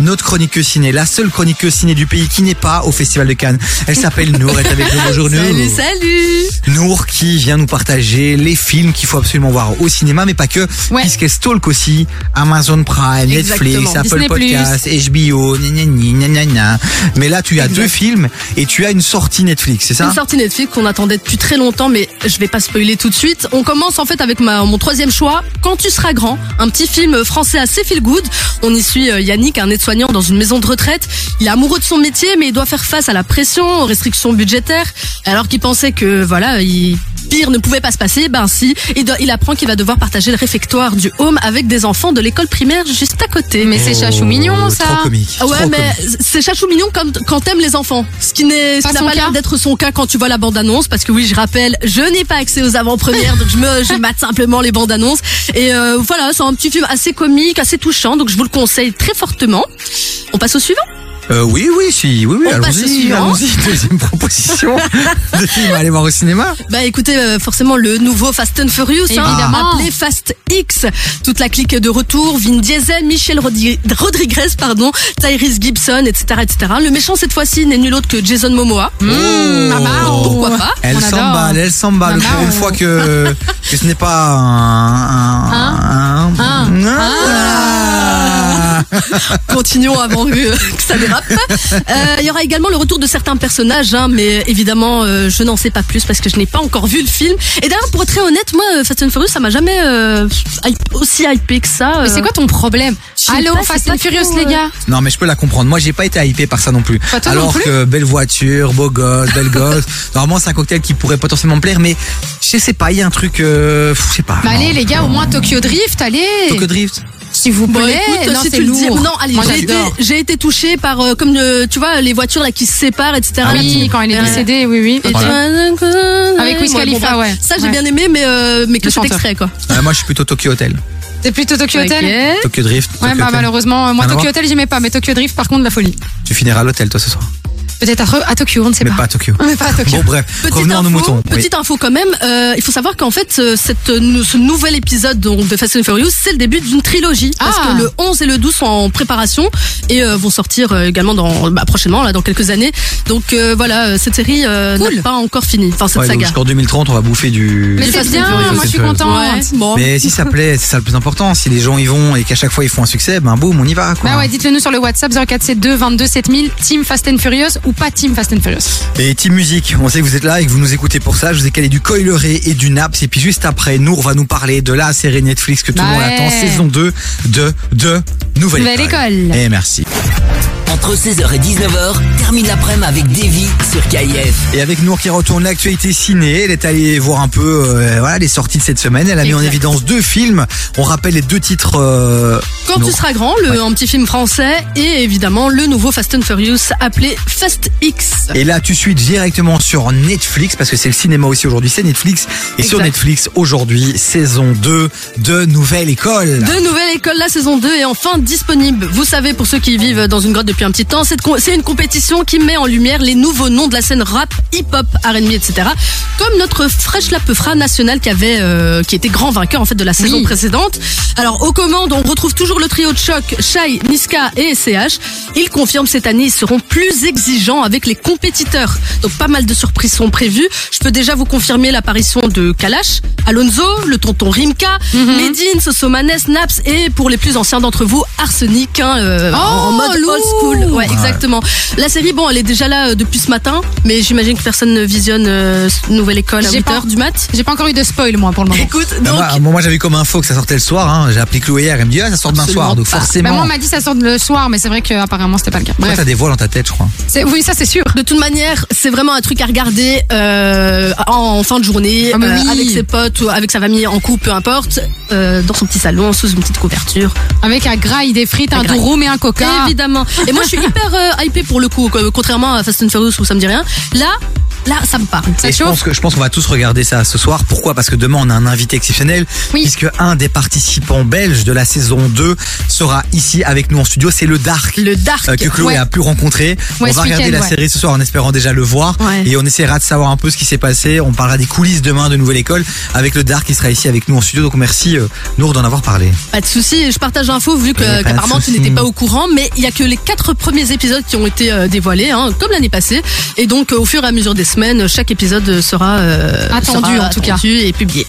notre chroniqueuse ciné, la seule chroniqueuse ciné du pays qui n'est pas au Festival de Cannes. Elle s'appelle Nour, elle est avec nous aujourd'hui. Salut, salut Nour qui vient nous partager les films qu'il faut absolument voir au cinéma, mais pas que, Ouais. puisqu'elle stalk aussi Amazon Prime, Exactement. Netflix, Apple Disney+. Podcasts, HBO, gna gna gna gna gna. Mais là, tu as deux films et tu as une sortie Netflix, c'est ça Une sortie Netflix qu'on attendait depuis très longtemps, mais je vais pas spoiler tout de suite. On commence en fait avec ma, mon troisième choix, Quand tu seras grand, un petit film français assez feel good. On y suit euh, Yannick, un aide-soignant dans une maison de retraite. Il est amoureux de son métier, mais il doit faire face à la pression, aux restrictions budgétaires. Alors qu'il pensait que voilà, il pire ne pouvait pas se passer, ben si, il, doit- il apprend qu'il va devoir partager le réfectoire du home avec des enfants de l'école primaire juste à côté. Mais Oh, Trop comique. Ah Ouais, trop mais comique. c'est chachou mignon comme quand t'aimes les enfants. Ce qui n'est, ce Pas qui n'a son pas l'air cas. d'être son cas quand tu vois la bande annonce, parce que oui, je rappelle, je n'ai pas accès aux avant-premières, donc je me, je mate simplement les bandes annonces. Et euh, voilà, c'est un petit film assez comique, assez touchant, donc je vous le conseille très fortement. On passe au suivant. Euh, oui, oui, si, oui, oui, On passe au allons-y, Oh, bah, suivant. allons-y, deuxième proposition de film à aller voir au cinéma. Bah écoutez, euh, forcément le nouveau Fast and Furious, hein, Évidemment. appelé Fast X. Toute la clique est de retour, Vin Diesel, Michel Rodri- Rodriguez, pardon, Tyrese Gibson, etc., etc. Le méchant cette fois-ci n'est nul autre que Jason Momoa. Oh. Pourquoi pas Elle On s'emballe, adore. elle s'emballe Maman, pour une on- fois que, que ce n'est pas un. Un. Hein Un. Un. Ah. Continuons avant que, que ça dérape. Euh, Il y aura également le retour de certains personnages, hein, mais évidemment, euh, je n'en sais pas plus parce que je n'ai pas encore vu le film. Et d'ailleurs, pour être très honnête, moi, euh, Fast and Furious, ça m'a jamais euh, hype- aussi hypé que ça. Mais euh. c'est quoi ton problème je sais Allô, pas, Fast c'est and pas Furious, trop, les euh, gars Non, mais je peux la comprendre. Moi, j'ai pas été hypé par ça non plus. Pas toi non Alors plus que belle voiture, beau gosse, belle gosse. Normalement, c'est un cocktail qui pourrait potentiellement me plaire, mais je sais pas, il y a un truc. Euh, pff, je sais pas. Bah allez, les gars, au moins Tokyo Drift, allez Tokyo Drift. S'il vous Bon, plaît, Bah, écoute, non, si c'est tu le dis, lourd. non, allez, Moi, j'ai été, j'adore. j'ai été touchée par, euh, comme le, tu vois, les voitures là qui se séparent, etc. Ah oui, quand elle est Ouais. décédée, oui, oui. Et ok. tu vois- Avec Wiz Ouais, Khalifa, bref. ouais. Ça, j'ai Ouais. bien aimé, mais, euh, mais que Le cet chanteur. extrait, quoi. Euh, moi, je suis plutôt Tokyo Hotel. C'est plutôt Tokyo Hotel Ok. Tokyo Drift. Ouais, Tokyo bah Hotel. malheureusement, euh, moi Rien à Tokyo voir. Hotel j'aimais pas, mais Tokyo Drift par contre la folie. Tu finiras à l'hôtel, toi, ce soir. Peut-être à, re- à Tokyo, on ne sait Mais pas. pas à Tokyo. Mais pas à Tokyo. Bon, bref, Petite revenons à info, nos moutons. Oui. petite info quand même, euh, il faut savoir qu'en fait, euh, cette, euh, ce nouvel épisode donc, de Fast and Furious, c'est le début d'une trilogie. Parce Ah. que le 11 et le 12 sont en préparation et euh, vont sortir euh, également dans, bah, prochainement, là, dans quelques années. Donc euh, voilà, euh, cette série euh, Cool. n'est pas encore finie, enfin cette Ouais, donc saga. jusqu'en 2030, on va bouffer du. Mais Du c'est Fast and bien, Furious. moi je suis Ouais. contente. Ouais, bon. Mais si ça plaît, c'est ça le plus important. Si les gens y vont et qu'à chaque fois ils font un succès, ben boum, on y va. Quoi. Bah ouais, dites-le nous sur le WhatsApp 0472 22 7000, Team Fast and Furious ou pas Team Fast and Furious. Et Team Musique, on sait que vous êtes là et que vous nous écoutez pour ça. Je vous ai calé du Coileré et du Naps. Et puis juste après, Nour va nous parler de la série Netflix que tout le Bah monde ouais. attend, saison 2 de, de Nouvelle, Nouvelle École. Et merci. Entre 16h et 19h, termine l'après-midi avec Davy sur KIF. Et avec Nour qui retourne l'actualité ciné, elle est allée voir un peu euh, voilà, les sorties de cette semaine. Elle a mis en Exact. évidence deux films. On rappelle les deux titres. euh, Quand Nour. tu seras grand, le, un petit film français et évidemment le nouveau Fast and Furious appelé Fast X. Et là, tu suis directement sur Netflix, parce que c'est le cinéma aussi aujourd'hui, c'est Netflix. Et sur Exact. Netflix, aujourd'hui, saison 2 de Nouvelle École. De nouvelle école, la saison 2 est enfin disponible. Vous savez, pour ceux qui vivent dans une grotte depuis un petit temps, cette com- c'est une compétition qui met en lumière les nouveaux noms de la scène rap, hip-hop, R&B, etc. Comme notre fraîche lapefra nationale qui avait, euh, qui était grand vainqueur en fait de la saison précédente. Alors aux commandes, on retrouve toujours le trio de choc, Shai, Niska et SCH. Ils confirment cette année, ils seront plus exigeants avec les compétiteurs. Donc pas mal de surprises sont prévues. Je peux déjà vous confirmer l'apparition de Kalash, Alonso, le tonton Rimka, Mhm. Medine, Sosomanes, Naps et pour les plus anciens d'entre vous, Arsenic hein, euh, en- en Oh, mode old school. lourd. Ouais, exactement. La série, bon, elle est déjà là euh, depuis ce matin, mais j'imagine que personne ne visionne euh, Nouvelle École à J'ai 8 pas- heures du mat. J'ai pas encore eu de spoil moi pour le moment. Écoute, Bah, donc... moi, moi, j'avais comme info que ça sortait le soir. hein. J'ai appelé Chloé hier, elle me dit ah, ça sort demain Absolument soir. Donc pas. forcément, Bah moi on m'a dit ça sort le soir, mais c'est vrai que apparemment c'était pas le cas. toi, Bref, t'as des voiles dans ta tête, je crois. C'est- oui ça c'est sûr. De toute manière, c'est vraiment un truc à regarder euh, en fin de journée, euh, Ah bah oui. avec ses potes ou avec sa famille en couple, peu importe, euh, dans son petit salon, sous une petite couverture. Avec un graille, des frites, un graille. durum et un coca. Évidemment. Et moi, je suis hyper euh, hypée pour le coup, quoi. contrairement à Fast and Furious où ça me dit rien. Là, là, ça me parle. Ça Et te je chauffe pense que je pense qu'on va tous regarder ça ce soir. Pourquoi Parce que demain on a un invité exceptionnel Oui. puisque un des participants belges de la saison 2 sera ici avec nous en studio. C'est le Dark. Le Dark. euh, que Chloé ouais. a pu rencontrer. Ouais, on va ce regarder week-end, la ouais. série ce soir en espérant déjà le voir Ouais. et on essaiera de savoir un peu ce qui s'est passé. On parlera des coulisses demain de Nouvelle École avec le Dark qui sera ici avec nous en studio. Donc merci euh, Nour d'en avoir parlé. Pas de souci, je partage l'info Ouais, vu Eh, pas que de qu'apparemment tu souci. n'étais pas au courant, mais il y a que les quatre premiers épisodes qui ont été euh, dévoilés, hein, comme l'année passée. Et donc euh, au fur et à mesure des semaines, chaque épisode sera euh, Attendu, sera en tout cas. attendu et publié.